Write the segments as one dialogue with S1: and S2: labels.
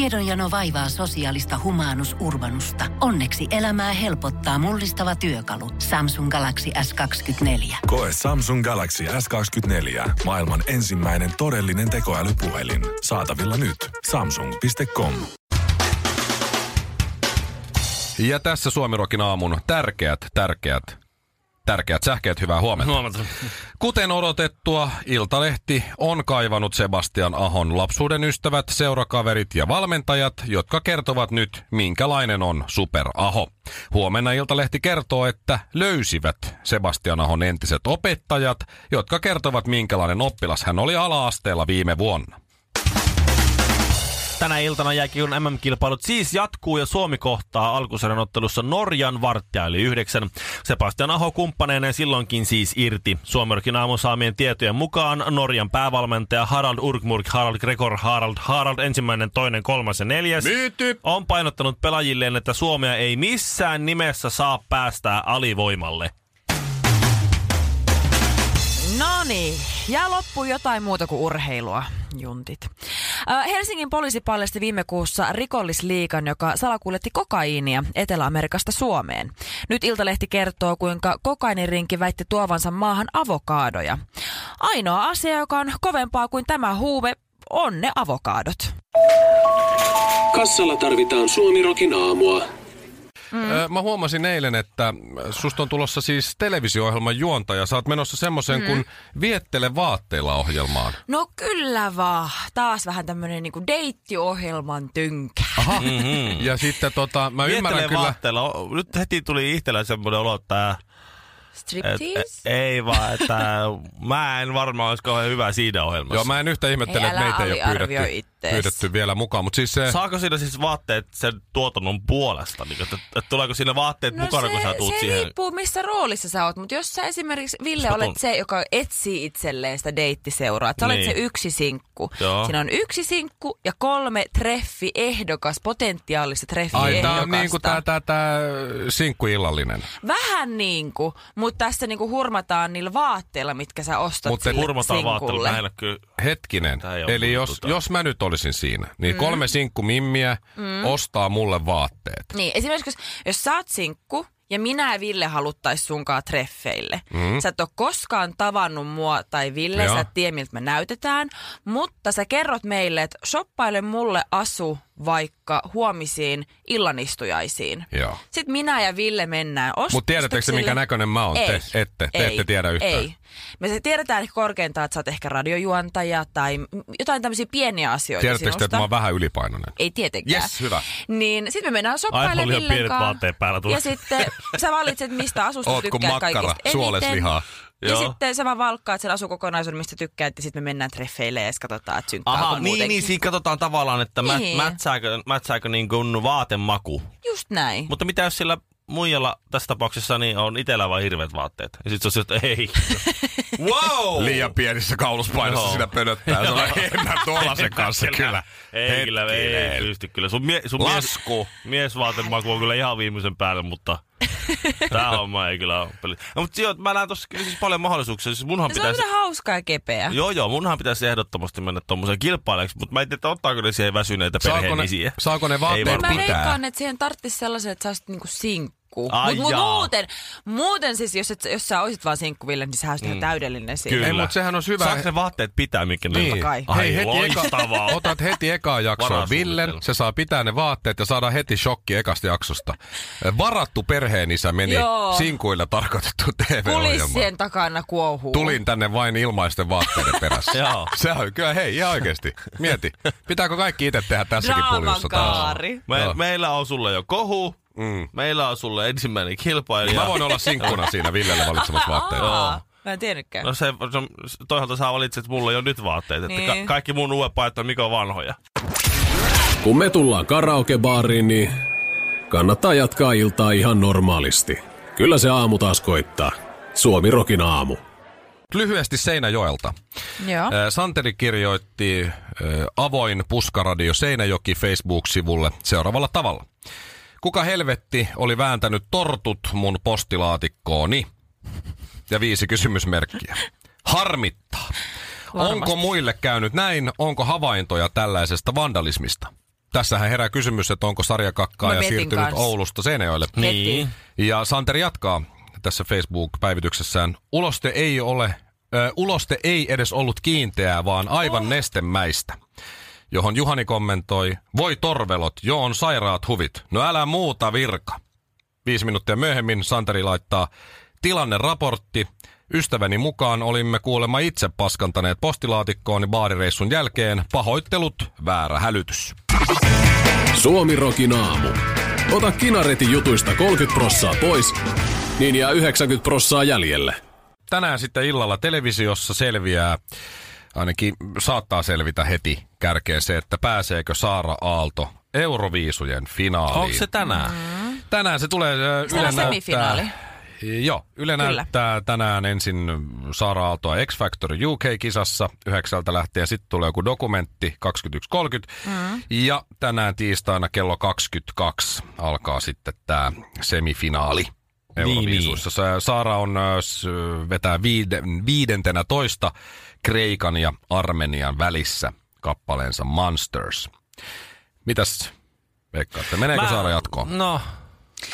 S1: Tiedonjano vaivaa sosiaalista humanus urbanusta. Onneksi elämää helpottaa mullistava työkalu. Samsung Galaxy S24.
S2: Koe Samsung Galaxy S24. Maailman ensimmäinen todellinen tekoälypuhelin. Saatavilla nyt. Samsung.com.
S3: Ja tässä Suomirokin aamun tärkeät, tärkeät, tärkeät sähkeet. Hyvää huomenta.
S4: Huomata.
S3: Kuten odotettua, Iltalehti on kaivanut Sebastian Ahon lapsuuden ystävät, seurakaverit ja valmentajat, jotka kertovat nyt, minkälainen on Super Aho. Huomenna Iltalehti kertoo, että löysivät Sebastian Ahon entiset opettajat, jotka kertovat, minkälainen oppilas hän oli ala-asteella viime vuonna.
S4: Tänä iltana jääkiekon MM-kilpailut siis jatkuu ja Suomi kohtaa alkusarjan ottelussa Norjan varttia yli yhdeksän. Sebastian Aho kumppaneineen silloinkin siis irti. Suomerkin aamun saamien tietojen mukaan Norjan päävalmentaja Harald Urkmurk, Harald Gregor, Harald, Harald ensimmäinen, toinen, kolmas ja neljäs Myyty. on painottanut pelaajilleen, että Suomea ei missään nimessä saa päästää alivoimalle.
S5: No niin, ja loppu jotain muuta kuin urheilua, juntit. Ö, Helsingin poliisi paljasti viime kuussa rikollisliikan, joka salakuljetti kokaiinia Etelä-Amerikasta Suomeen. Nyt Iltalehti kertoo, kuinka kokainirinki väitti tuovansa maahan avokaadoja. Ainoa asia, joka on kovempaa kuin tämä huume, on ne avokaadot.
S6: Kassalla tarvitaan Suomirokin aamua.
S3: Mm. Mä huomasin eilen, että susta on tulossa siis televisio-ohjelman juontaja. Sä oot menossa semmoiseen mm. kuin Viettele vaatteilla ohjelmaan.
S5: No kyllä vaan. Taas vähän tämmönen niinku deittiohjelman tynkä.
S3: Aha. Mm-hmm. Ja sitten tota, mä ymmärrän
S4: Viettelee
S3: kyllä...
S4: vaatteella. O- Nyt heti tuli itsellä semmoinen olo, että Et,
S5: Striptease?
S4: et, Äh, ei vaan, että mä en varmaan olisi kauhean hyvä siinä ohjelmassa.
S3: Joo, mä en yhtä ihmettele,
S5: Hei,
S3: että
S5: älä
S3: meitä ei ole
S5: aliarvioi
S3: pyydetty,
S5: ittees.
S3: pyydetty vielä mukaan. Mutta siis se,
S4: Saako siinä siis vaatteet sen tuotannon puolesta? Niin, että, että tuleeko siinä vaatteet no mukana,
S5: se,
S4: kun sä tuut
S5: se
S4: siihen?
S5: riippuu, missä roolissa sä oot. Mutta jos sä esimerkiksi, Ville,
S4: Sä
S5: olet
S4: tunt-
S5: se, joka etsii itselleen sitä deittiseuraa. Sä olet
S4: Niin.
S5: se yksi sinkku.
S4: Joo.
S5: Siinä on yksi sinkku ja kolme treffiehdokas, potentiaalista
S3: ai
S5: treffiehdokasta.
S3: tää on niinku tää, tää, tää sinkkuillallinen.
S5: Vähän niin kuin, mutta tässä niinku hurmataan niillä vaatteilla, mitkä sä ostat
S3: Mut
S5: Mut
S3: te
S5: sille
S4: Hurmataan vaatteilla.
S5: sinkulle.
S4: Mä en ole kyllä...
S3: Hetkinen,
S4: Tää ei oo
S3: eli
S4: mun
S3: jos,
S4: tota.
S3: jos mä nyt olisin siinä, niin mm. kolme sinkkumimmiä mm. ostaa mulle vaatteet.
S5: Niin, esimerkiksi jos, jos sä oot sinkku ja minä ja Ville haluttais sunkaan treffeille. Mm. Sä et ole koskaan tavannut mua tai Ville,
S3: Joo.
S5: Joo. sä et tiedä miltä me näytetään, mutta sä kerrot meille, että shoppaile mulle asu vaikka huomisiin illanistujaisiin.
S3: Joo.
S5: Sitten minä ja Ville mennään ostoksille.
S3: Mut tiedättekö te, minkä näköinen mä oon?
S5: Ei.
S3: Te ette. Te
S5: ei,
S3: ette tiedä yhtään.
S5: Ei. Me se tiedetään ehkä korkeintaan, että sä oot ehkä radiojuontaja tai m- jotain tämmöisiä pieniä asioita
S3: Tiedättekö te, että
S5: sinusta.
S3: mä oon vähän ylipainoinen?
S5: Ei tietenkään.
S3: Yes, hyvä.
S5: Niin, sitten me mennään
S4: Aivan liian
S5: shoppailemaan Villen
S4: pienet
S5: kanssa.
S4: vaatteet päällä tulee.
S5: Ja sitten sä valitset, mistä asusta
S3: Oot kuin
S5: tykkää
S3: makkara,
S5: kaikista eniten.
S3: suoleslihaa.
S5: Ja
S4: Joo.
S5: sitten sä vaan valkkaat sen asukokonaisuuden, mistä tykkäät, ja sitten me mennään treffeille ja sit katsotaan, että synkkaako
S4: Aha, niin,
S5: muutenkin.
S4: niin, siinä katsotaan tavallaan, että mä,
S5: Niin.
S4: mätsääkö, mätsääkö niin kuin vaatemaku.
S5: Just näin.
S4: Mutta mitä jos sillä muijalla tässä tapauksessa niin on itsellä vain hirveät vaatteet? Ja sit se on se, että ei. wow! No,
S3: Liian pienissä kauluspainossa
S4: Joo.
S3: sitä pönöttää. Se on enää tuollaisen kanssa kyllä.
S4: Ei kyllä, ei
S3: Hetkinen.
S4: pysty kyllä. Sun, mie, sun
S3: Lasku.
S4: Mies, miesvaatemaku on kyllä ihan viimeisen päälle, mutta tää homma ei kyllä ole peli. No, mutta joo, mä näen tossa kyllä siis paljon mahdollisuuksia. Siis munhan
S5: Ja No, se on
S4: pitäisi...
S5: kyllä hauskaa ja kepeä.
S4: Joo, joo, munhan pitäisi ehdottomasti mennä tommoseen kilpailijaksi, mutta mä en tiedä, että ottaako ne siihen väsyneitä
S3: Saako ne,
S4: perheenisiä.
S3: saako ne
S4: Ei
S3: vaatteet
S4: varmaan.
S5: Mä
S3: pitää?
S5: veikkaan, että siihen tarttis sellaisen, että sä olisit niinku sinkku.
S4: Ai
S5: Mut, mut
S4: jaa.
S5: muuten, muuten siis, jos, et, jos sä olisit vaan sinkku, Ville, niin sä olisit ihan täydellinen siinä.
S4: Kyllä.
S3: Ei, mutta sehän on hyvä.
S4: Saako ne vaatteet pitää, mikä ne
S3: Niin.
S4: on?
S5: kai.
S4: Ai,
S3: Hei, heti eka,
S4: loistavaa.
S3: otat heti ekaa jaksoa
S4: Varasuunnitelma.
S3: Villen, se saa pitää ne vaatteet ja saadaan heti shokki ekasta jaksosta. Eh, Varattu perheenisä meni Joo.
S5: Joo.
S3: sinkuilla tarkoitettu TV-ohjelmaan.
S5: Kulissien takana kuohuu.
S3: Tulin tänne vain ilmaisten vaatteiden perässä.
S4: Joo.
S3: Se on kyllä, hei, ihan oikeesti. Mieti, pitääkö kaikki itse tehdä tässäkin
S5: Draaman
S3: puljussa taas?
S5: kaari.
S4: Me,
S3: Joo.
S4: meillä on sulle jo kohu, mm. meillä on sulle ensimmäinen kilpailija.
S3: Mä voin olla sinkkuna siinä Villelle valitsemassa vaatteita.
S5: Aa, Mä en tiennytkään.
S4: No se, se, toisaalta sä valitset mulle jo nyt vaatteet, että
S5: Niin.
S4: ka- kaikki mun uudet paikat on Mikon vanhoja.
S6: Kun me tullaan karaokebaariin, niin kannattaa jatkaa iltaa ihan normaalisti. Kyllä se aamu taas koittaa. Suomirokin aamu.
S3: Lyhyesti Seinäjoelta.
S5: Joo.
S3: Ö, Santeri kirjoitti ö, avoin puskaradio Seinäjoki Facebook-sivulle seuraavalla tavalla. Kuka helvetti oli vääntänyt tortut mun postilaatikkooni? Ja viisi kysymysmerkkiä. Harmittaa. Onko muille käynyt näin? Onko havaintoja tällaisesta vandalismista? Tässähän herää kysymys, että onko sarjakakkaa
S5: Mä
S3: ja
S5: mietin
S3: siirtynyt
S5: kans.
S3: Oulusta Seinäjoelle.
S4: Niin.
S3: Ja Santeri jatkaa tässä Facebook-päivityksessään. Uloste ei ole, ö, uloste ei edes ollut kiinteää, vaan aivan oh. nestemäistä. Johon Juhani kommentoi, voi torvelot, jo on sairaat huvit. No älä muuta virka. Viisi minuuttia myöhemmin Santeri laittaa tilanneraportti. Ystäväni mukaan olimme kuulemma itse paskantaneet postilaatikkoon baarireissun jälkeen. Pahoittelut, väärä hälytys.
S6: Suomi Rokin aamu. Ota kinaretin jutuista 30 prossaa pois, niin jää 90 prossaa jäljelle.
S3: tänään sitten illalla televisiossa selviää, ainakin saattaa selvitä heti kärkeen se, että pääseekö Saara Aalto Euroviisujen finaaliin.
S4: Onko se tänään? Mm.
S3: Tänään se tulee. ö,
S5: Sehän on
S3: Yle
S5: semifinaali.
S3: näyttää- Joo, Yle
S5: Kyllä.
S3: näyttää tänään ensin Saara Aaltoa X Factor UK-kisassa. Yhdeksältä lähtee, sitten tulee joku dokumentti 21.30. Mm. Ja tänään tiistaina kello 22 alkaa sitten tämä semifinaali.
S4: Niin,
S3: Euroviisuissa. Niin, Saara on, ö, s- vetää viiden, viidentenä toista Kreikan ja Armenian välissä kappaleensa Monsters. Mitäs veikkaatte? Meneekö Mä... Saara jatkoon?
S4: No,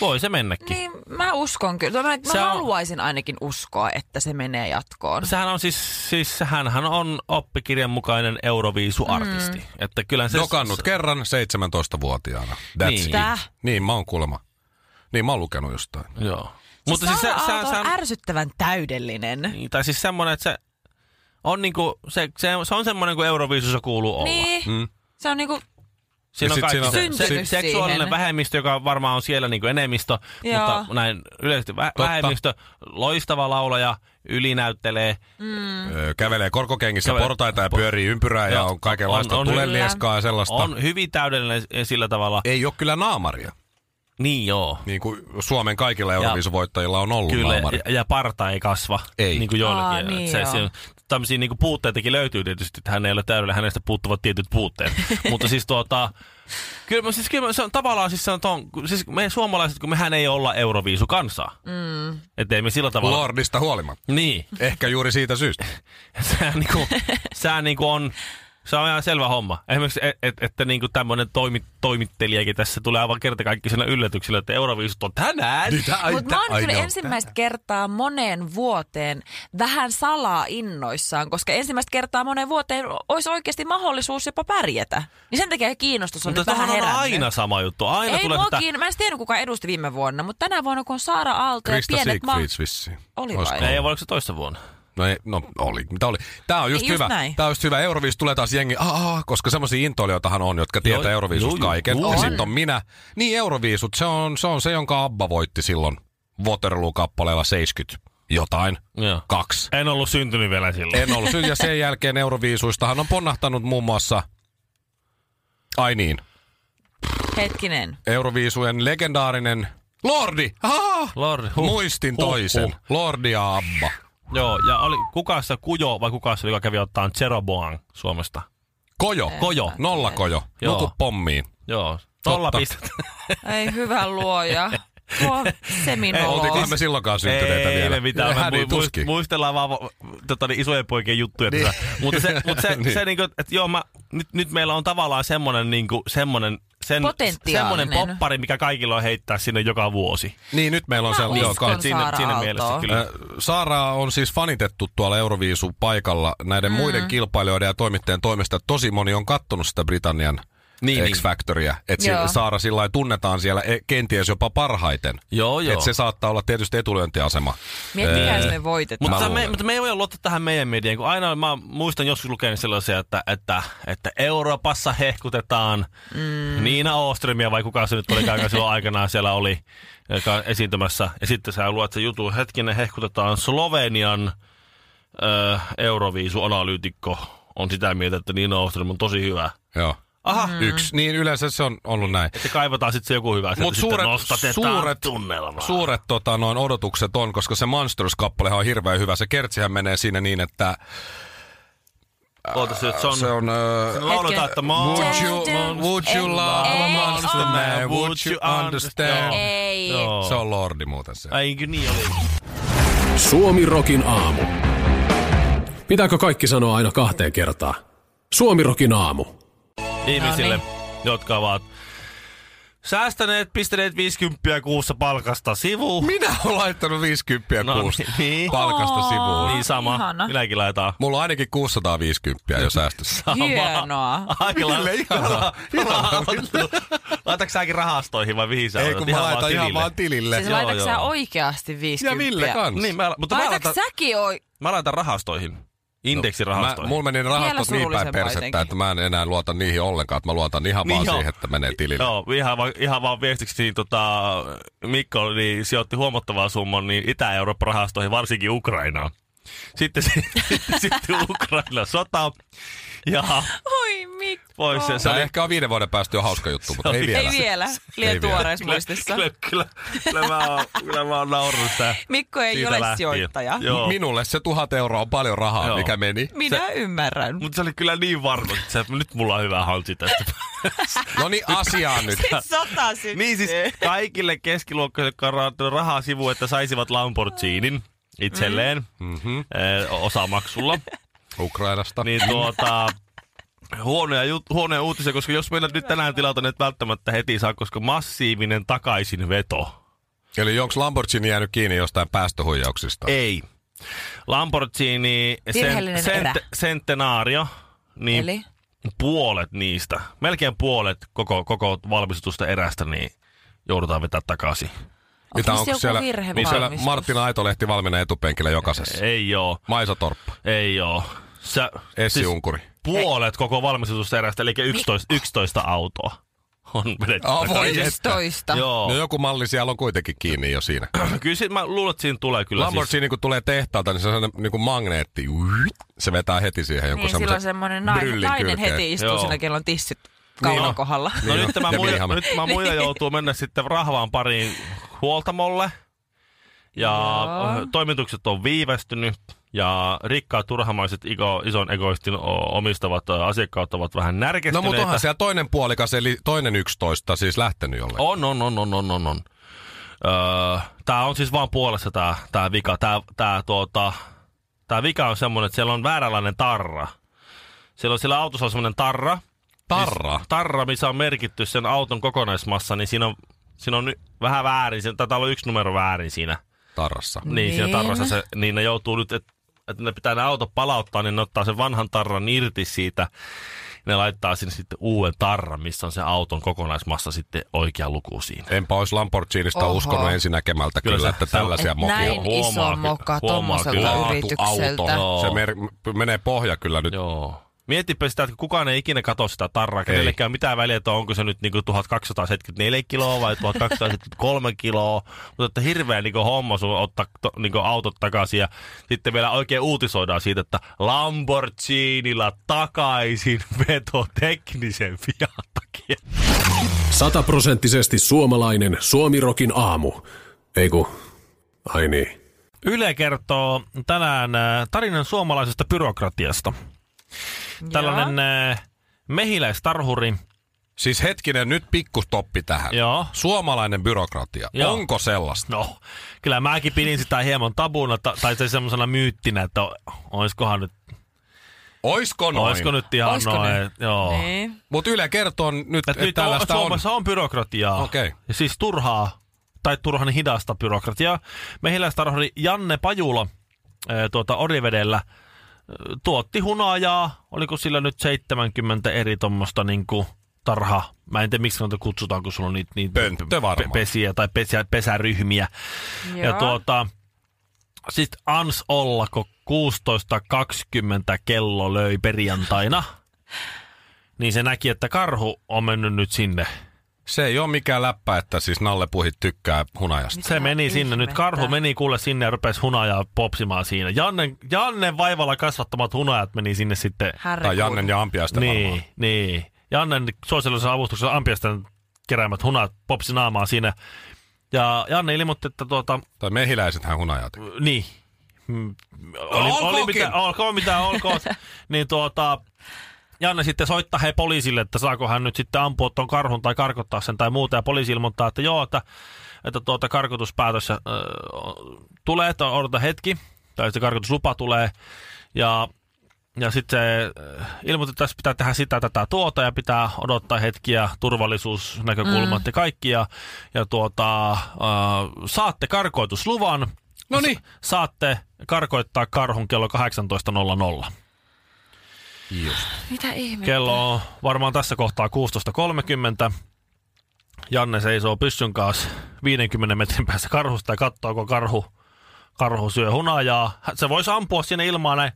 S4: voi se mennäkin.
S5: Niin, mä uskon kyllä. Mä,
S4: Se
S5: mä
S4: on-
S5: haluaisin ainakin uskoa, että se menee jatkoon.
S4: Sehän on siis, siis hänhän on oppikirjan mukainen Euroviisu-artisti. Mm. Että kyllä se...
S3: Dokannut kerran 17-vuotiaana. That's
S4: Niin.
S3: niin. it.
S5: Tää?
S3: Niin, mä oon kuulemma. Niin, mä oon lukenut jostain.
S4: Joo.
S5: Mutta siis se,
S4: sehän-
S5: on
S4: sehän-
S5: ärsyttävän täydellinen.
S4: Niin, tai siis semmoinen, että se on niinku, se, se, se on semmoinen kuin Euroviisussa kuuluu olla.
S5: Niin,
S3: Mm.
S5: se on niinku
S4: Siinä
S3: Ja
S4: on
S3: sit
S4: kaikki
S3: siinä
S4: se,
S5: on-
S4: se,
S5: Syntynyt
S4: seksuaalinen
S5: siihen.
S4: vähemmistö, joka varmaan on siellä niinku enemmistö,
S5: Joo.
S4: mutta näin yleisesti vä- vähemmistö, loistava laulaja, ylinäyttelee.
S5: Mm.
S3: Öö, Kävelee korkokengissä
S4: Kävelee-
S3: portaita ja pyörii ympyrää ja
S4: Joo.
S3: on kaikenlaista
S4: On- on-
S3: tulenlieskaa ja sellaista. On.
S4: On hyvin täydellinen e- sillä tavalla.
S3: Ei ole kyllä naamaria,
S4: Niin joo.
S3: niin kuin Suomen kaikilla Euroviisuvoittajilla on ollut
S4: Kyllä,
S3: naamari.
S4: ja, ja parta ei kasva.
S3: Ei.
S4: Niin kuin joillakin.
S5: Aa,
S4: Et
S5: niin
S4: se,
S5: joo.
S4: se, tämmöisiä niin kuin puutteitakin löytyy tietysti, että hän ei ole täydellä, hänestä puuttuvat tietyt puutteet. Mutta siis tuota, kyllä, mä- siis, kyllä mä- se on tavallaan siis, se on, ton, siis me suomalaiset, kun mehän ei olla euroviisu kansaa. Mm. Että ei me sillä tavalla...
S3: Lordista huolimatta.
S4: Niin.
S3: Ehkä juuri siitä syystä.
S4: Sehän, niinku, sehän niinku on, se on ihan selvä homma. Esimerkiksi, et, et, että niinku tämmöinen toimi, toimittelijakin tässä tulee aivan kertakaikkisena yllätyksellä, että Euroviisut on tänään.
S5: Mutta mä oon kyllä ensimmäistä kertaa moneen vuoteen vähän salaa innoissaan, koska ensimmäistä kertaa moneen vuoteen olisi oikeasti mahdollisuus jopa pärjätä. Niin sen takia kiinnostus on
S4: Mutta
S5: nyt vähän
S4: tähän on
S5: herännyt.
S4: aina sama juttu. Aina
S5: Ei
S4: tulee
S5: mua
S4: sitä,
S5: kiin... Mä en tiedä, kuka edusti viime vuonna, mutta tänä vuonna kun on Saara Aalto ja
S3: Krista
S5: pienet ma...
S3: Siegfrieds vissiin.
S5: Oli
S3: Olisiko
S5: vai?
S4: Ei,
S3: ollut?
S4: oliko se toista vuonna?
S3: No, ei, no oli. Mitä oli? Tää on just,
S5: Ei, just
S3: hyvä.
S5: näin.
S3: Tää on just hyvä. Euroviis tulee taas jengi, "Aa, aa," koska semmoisia intoilijoitahan on, jotka tietää
S4: Joo,
S3: Euroviisut
S4: joo,
S3: kaiken.
S4: joo.
S3: Ja
S4: On.
S3: sit on minä. Niin Euroviisut, se on, se on se, jonka Abba voitti silloin Waterloo-kappaleella 70 jotain.
S4: Joo.
S3: Kaksi.
S4: En ollut syntynyt vielä silloin.
S3: En ollut syy. Ja sen jälkeen Euroviisuistahan on ponnahtanut muun muassa... Ai niin.
S5: Hetkinen.
S3: Euroviisujen legendaarinen Lordi! Aa!
S4: Lordi, huh,
S3: Muistin
S4: huh,
S3: toisen.
S4: huh.
S3: Lordi ja Abba.
S4: Joo, ja oli kuka se Kujo vai kuka se oli, joka kävi ottaan Zeroboan Suomesta?
S3: Kojo.
S4: Kojo.
S3: Nolla kojo.
S4: Joo.
S3: Nuku pommiin.
S4: Joo, tolla
S3: Totta.
S4: pistettä.
S5: Ei hyvä luoja. Tuo
S4: Ei,
S5: seminolo.
S3: Oltiinkohan me silloinkaan syntyneitä
S4: Ei,
S3: vielä?
S4: me mitään. Mä
S3: Hädin
S4: mu- muist,
S3: niin tuskin.
S4: muistellaan vaan va- tota, niin isojen poikien juttuja. Niin. Mutta se, mut se,
S3: Niin.
S4: se niinku, että joo, mä, nyt, nyt meillä on tavallaan semmonen, niinku, semmonen sen,
S5: Potentiaalinen.
S4: semmonen poppari, mikä kaikilla on heittää sinne joka vuosi.
S3: Niin, nyt meillä on
S5: Mä
S3: sellainen.
S5: uskon.
S3: Joo,
S4: Et siinä,
S5: Saara
S4: siinä
S5: Aaltoa.
S4: mielessä kyllä.
S3: Ö, Saaraa on siis fanitettu tuolla Euroviisun paikalla näiden mm. muiden kilpailijoiden ja toimittajien toimesta. Tosi moni on kattonut sitä Britannian
S4: Niin,
S3: niin, X-Factoria. Että
S5: Joo.
S3: Saara sillä lailla tunnetaan siellä e- kenties jopa parhaiten.
S4: Joo, joo.
S3: Et se saattaa olla tietysti etulyöntiasema.
S5: Miettikää, jos me voitetaan.
S4: Mutta,
S3: Mä
S4: me,
S3: luulen.
S4: mutta me ei voi luottaa tähän meidän mediaan, kun aina mä muistan joskus lukenut sellaisia, että, että, että Euroopassa hehkutetaan mm. Niina Ooströmiä vai kuka se nyt oli, joka silloin aikanaan siellä oli joka esiintymässä. Ja sitten sä luet se jutu, hetkinen hehkutetaan Slovenian ö, Euroviisu-analyytikko on sitä mieltä, että Niina Ooström on tosi hyvä.
S3: Joo.
S4: Aha,
S3: Mm. Yksi. Niin yleensä se on ollut näin.
S4: että kaivataan sitten se joku hyvä,
S3: Mut
S4: Mut
S3: suuret-
S4: suuret, nostatetaan
S3: suuret-
S4: suuret, tunnelmaa.
S3: Suuret tota, noin odotukset on, koska se Monsters-kappalehan on hirveän hyvä. Se kertsihän menee siinä niin, että
S4: Oota, se, se on,
S3: se on... Öö,
S4: lauletaan, että
S3: Would
S4: monster,
S3: you,
S5: Don't
S3: would you
S5: do
S3: love a
S5: it.
S3: monster man? Would you understand?
S5: Ei.
S4: Joo.
S3: Se on lordi muuten se.
S4: Ai kyllä niin oli.
S6: Suomi Rokin aamu. Pitääkö kaikki sanoa aina kahteen kertaan? Suomi Rokin aamu.
S5: No
S4: ihmisille.
S5: niin.
S4: jotka ovat säästäneet, pistäneet 50 kuussa palkasta sivuun.
S3: Minä olen laittanut 50
S4: No,
S3: kuussa
S4: niin.
S3: palkasta
S5: Aa.
S3: sivuun.
S4: Niin sama.
S5: Ihana.
S4: Minäkin laitan.
S3: Mulla on ainakin 650 jo säästössä.
S5: Hienoa.
S4: Aika lailla.
S3: Mille ihanaa? Ihanaa.
S4: Laitatko säkin rahastoihin vai mihin sä
S3: Ei
S4: laitat?
S3: kun mä laitan ihan
S4: tilille.
S3: vaan tilille.
S5: Siis
S4: Joo,
S5: laitatko sä
S4: joo.
S5: oikeasti 50?
S3: Ja Ville kanssa.
S4: Niin, mä, mutta mä
S5: Laitatko
S4: laitan,
S5: säkin oi...
S4: mä laitan rahastoihin.
S3: Mä,
S4: Indeksirahastoihin.
S3: mulla meni ne rahastot
S5: Vielä
S3: niin päin
S5: surullisempaa
S3: persettä,
S5: jotenkin.
S3: että mä en enää luota niihin ollenkaan. Että mä luotan ihan vaan
S4: Niin joo.
S3: siihen, että menee tilille.
S4: Joo, ihan vaan, ihan vaan viestiksi, niin tota, Mikko niin sijoitti huomattavaa summan niin Itä-Eurooppa-rahastoihin, varsinkin Ukrainaan. Sitten, si- sitten, sitten Ukraina sota ja
S5: Oi Mikko.
S4: pois. Ja se
S3: Tämä
S4: oli,
S3: ehkä on viiden vuoden päästä jo hauska juttu, mutta
S4: oli-
S3: ei vielä.
S5: Ei vielä. Liian
S3: Ei vielä.
S5: tuoreessa
S4: kyllä,
S5: muistissa.
S4: kyllä, kyllä, kyllä, mä oon, kyllä mä oon naurannut sitä.
S5: Mikko ei
S4: siitä
S5: ole
S4: lähtien.
S5: sijoittaja.
S4: Joo.
S3: Minulle se tuhat euroa on paljon rahaa,
S4: Joo.
S3: mikä meni.
S5: Minä ymmärrän.
S4: Mutta se oli kyllä niin varma, että se- nyt mulla on hyvä hansi tästä.
S3: No niin, asiaan nyt.
S5: Siis sata syttyy.
S4: niin siis kaikille keskiluokkaisille, jotka on rahoittanut rahaa sivuun, että saisivat Lamborghinin itselleen mm-hmm. osamaksulla.
S3: Ukrainasta.
S4: niin tuota, huonoja, jut- huonoja uutisia, koska jos meillä nyt tänään tilataan, et välttämättä heti saa, koska massiivinen takaisinveto.
S3: Eli onko Lamborghini jäänyt kiinni jostain päästöhuijauksista?
S4: Ei. Lamborghini
S5: Virheellinen erä.
S4: Centenario, niin
S5: Eli?
S4: puolet niistä, melkein puolet koko, koko valmistetusta erästä, niin joudutaan vetää takaisin.
S5: Onko se joku virhe
S3: niin siellä
S5: valmistus?
S3: Martina Aitolehti valmiina etupenkillä jokaisessa.
S4: Ei joo,
S3: Maisa Torppa,
S4: ei joo. Sä, siis
S3: Essi-Unkuri.
S4: puolet koko valmistetusta erästä, eli 11, 11 autoa on vedetty
S3: Ah, voi
S4: takaisin.
S3: että.
S5: 11.
S4: Joo.
S3: No joku malli siellä on kuitenkin kiinni jo siinä.
S4: Kyllä sit, mä luulen, että siinä tulee kyllä siis.
S3: Lamborghini kun tulee tehtaalta, niin se on sellainen niin kuin magneetti. Se vetää heti siihen jonkun
S5: Niin silloin semmoinen nainen,
S3: bryllin
S5: nainen
S3: kylkeen.
S5: heti istuu
S4: Joo.
S5: siinä, kello on tissit kaulan
S4: on.
S5: kohdalla.
S4: No
S3: Niin
S4: nyt
S3: on.
S4: tämä
S3: Ja
S4: muija,
S3: Vilhelm.
S4: nyt tämä muija joutuu mennä sitten rahvaan pariin huoltamolle. Ja
S5: Joo.
S4: toimitukset on viivästynyt. Ja rikkaat turhamaiset ego, ison egoistin o- omistavat ö, asiakkaat ovat vähän
S3: No
S4: närkästyneitä.
S3: mutta onhan siellä toinen puolikas, eli toinen 11 siis lähtenyt jollekin.
S4: On, on, on, on, on, on, on. Öö, tää on siis vaan puolessa tää, tää vika. Tää, tää, tuota, tää vika on semmonen, että siellä on vääränlainen tarra. Siellä on siellä autossa on semmonen tarra,
S3: Tarra.
S4: Miss, Siis tarra, missä on merkitty sen auton kokonaismassa, niin siinä on, siinä on ny- vähän väärin. Se taitaa olla yksi numero väärin siinä.
S3: Tarrassa.
S4: Niin, niin. siinä
S5: Niin.
S4: tarrassa se, niin ne joutuu nyt, että et ne pitää ne auto palauttaa, niin ne ottaa sen vanhan tarran irti siitä. Ne laittaa sinne sitten uuden tarran, missä on se auton kokonaismassa sitten oikea luku siinä.
S3: Enpä olisi Lamborghinista
S5: Oho.
S3: uskonut ensinäkemältä kyllä,
S4: Kyllä
S3: kyllä
S4: se-
S3: että
S4: se on-
S3: tällaisia
S5: Et
S3: mokia on.
S5: näin
S4: Huomaa
S5: iso
S4: kyllä-
S5: moka
S4: huomaa kyllä.
S5: tommoselta
S4: Laatu,
S5: yritykseltä.
S4: auto.
S3: Se mer- p- menee pohja kyllä nyt.
S4: Joo. Mietipä sitä, että kukaan ei ikinä katso sitä tarraa. Kenellekään ei mitään väliä, että onko se nyt niinku 1274 kiloa vai 1273 kiloa. Mutta että hirveä niinku homma sun ottaa to, niinku autot takaisin. Ja sitten vielä oikein uutisoidaan siitä, että Lamborghinilla takaisin veto teknisen vian takia.
S6: Sataprosenttisesti suomalainen Suomirokin aamu. Ei ku, ai niin.
S4: Yle kertoo tänään äh, tarinan suomalaisesta byrokratiasta. Tällainen äh, mehiläistarhuri.
S3: Siis hetkinen, nyt pikkustoppi tähän.
S4: Joo.
S3: Suomalainen byrokratia.
S4: Joo.
S3: Onko sellaista?
S4: No, kyllä mäkin pidin sitä hieman tabuna, ta- tai se semmoisena myyttinä, että o- oiskohan nyt,
S3: Oisko noin?
S4: oisko nyt ihan
S5: Oisko
S4: noin.
S5: nyt?
S4: et- Joo. Niin.
S5: Niin.
S3: Mutta Yle kertoo nyt,
S4: Et
S3: että
S4: nyt on,
S3: tällaista on.
S4: Suomessa on, byrokratiaa.
S3: Okei.
S4: Ja Siis turhaa, tai turhan hidasta byrokratiaa. Mehiläistarhuri Janne Pajula ää, tuota Orivedellä ää, tuotti hunajaa, oliko sillä nyt 70 eri tuommoista niinku tarha, mä en tiedä miksi noita kutsutaan, kun sulla on niitä, niitä
S3: Pönttö varmaan.
S4: pesiä tai pesä, pesäryhmiä. Ja
S5: Joo.
S4: tuota, siis ans olla, kun 16.20 kello löi perjantaina, niin se näki, että karhu on mennyt nyt sinne.
S3: Se ei ole mikään läppä, että siis Nalle Puhit tykkää hunajasta.
S4: Se meni sinne. Nyt
S5: ihmettä?
S4: karhu meni kuule sinne ja rupesi hunajaa popsimaan siinä. Janne, Janne vaivalla kasvattamat hunajat meni sinne sitten.
S5: Härry
S3: Tai Jannen ja Ampiaisten varmaan.
S4: Niin, niin. Jannen suosiollisessa avustuksessa ampiasten keräämät hunat popsi naamaa siinä. Ja Janne ilmoitti, että tuota,
S3: Tai mehiläisethän hunajaa tekee.
S4: niin. Mm, Oli, oli
S3: Olkoonkin.
S4: mitä, olkoon mitä olkoon. niin tuota, Janne sitten soittaa he poliisille, että saako hän nyt sitten ampua tuon karhun tai karkottaa sen tai muuta. Ja poliisi ilmoittaa, että joo, että, että tuota karkotuspäätös äh, tulee, että odota hetki. Tai sitten karkotuslupa tulee. Ja ja sitten se äh, ilmoitti, että tässä pitää tehdä sitä, tätä, tuota ja pitää odottaa hetkiä, turvallisuusnäkökulmat mm. ja kaikki. Ja, ja tuota, äh, saatte karkoitusluvan.
S3: No niin.
S4: Sa- Saatte karkoittaa karhun kello 18.00.
S3: Just.
S5: Mitä ihmettä?
S4: Kello on varmaan tässä kohtaa 16.30. Janne seisoo pyssyn kanssa 50 metrin päässä karhusta ja katsoo, kun karhu, karhu syö hunajaa. Hä- Se voisi ampua sinne ilmaan näin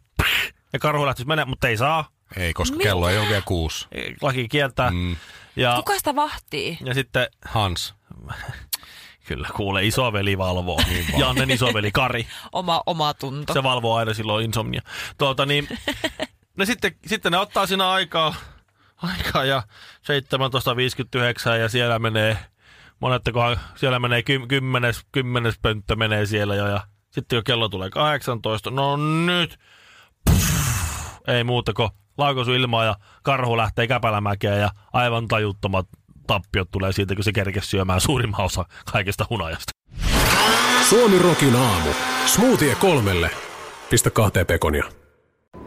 S4: ja karhu lähtisi menemään, mutta ei saa.
S3: Ei, koska kello ei ole vielä kuusi.
S4: Laki kieltää.
S3: Mm.
S4: Ja,
S5: Kuka sitä vahtii?
S4: ja sitten
S3: Hans.
S4: kyllä kuule, isoveli valvoo. Jannen isoveli Kari.
S5: Oma, oma tunto.
S4: Se valvoo aina silloin insomnia. Tuota, niin, ne sitten, sitten ne ottaa siinä aikaa, aikaa ja 17.59 ja siellä menee, monettakohan, siellä menee kym, kymmenes, kymmenes pönttö menee siellä jo ja sitten jo kello tulee 18, no nyt, Puff, ei muuta kuin laukaisu ilmaa ja karhu lähtee käpälämäkeen ja aivan tajuttomat tappiot tulee siitä, kun se kerkesi syömään suurimman osa kaikesta hunajasta.
S6: Suomi Rokin aamu. Smoothie kolmelle. Pistä kahteen pekonia.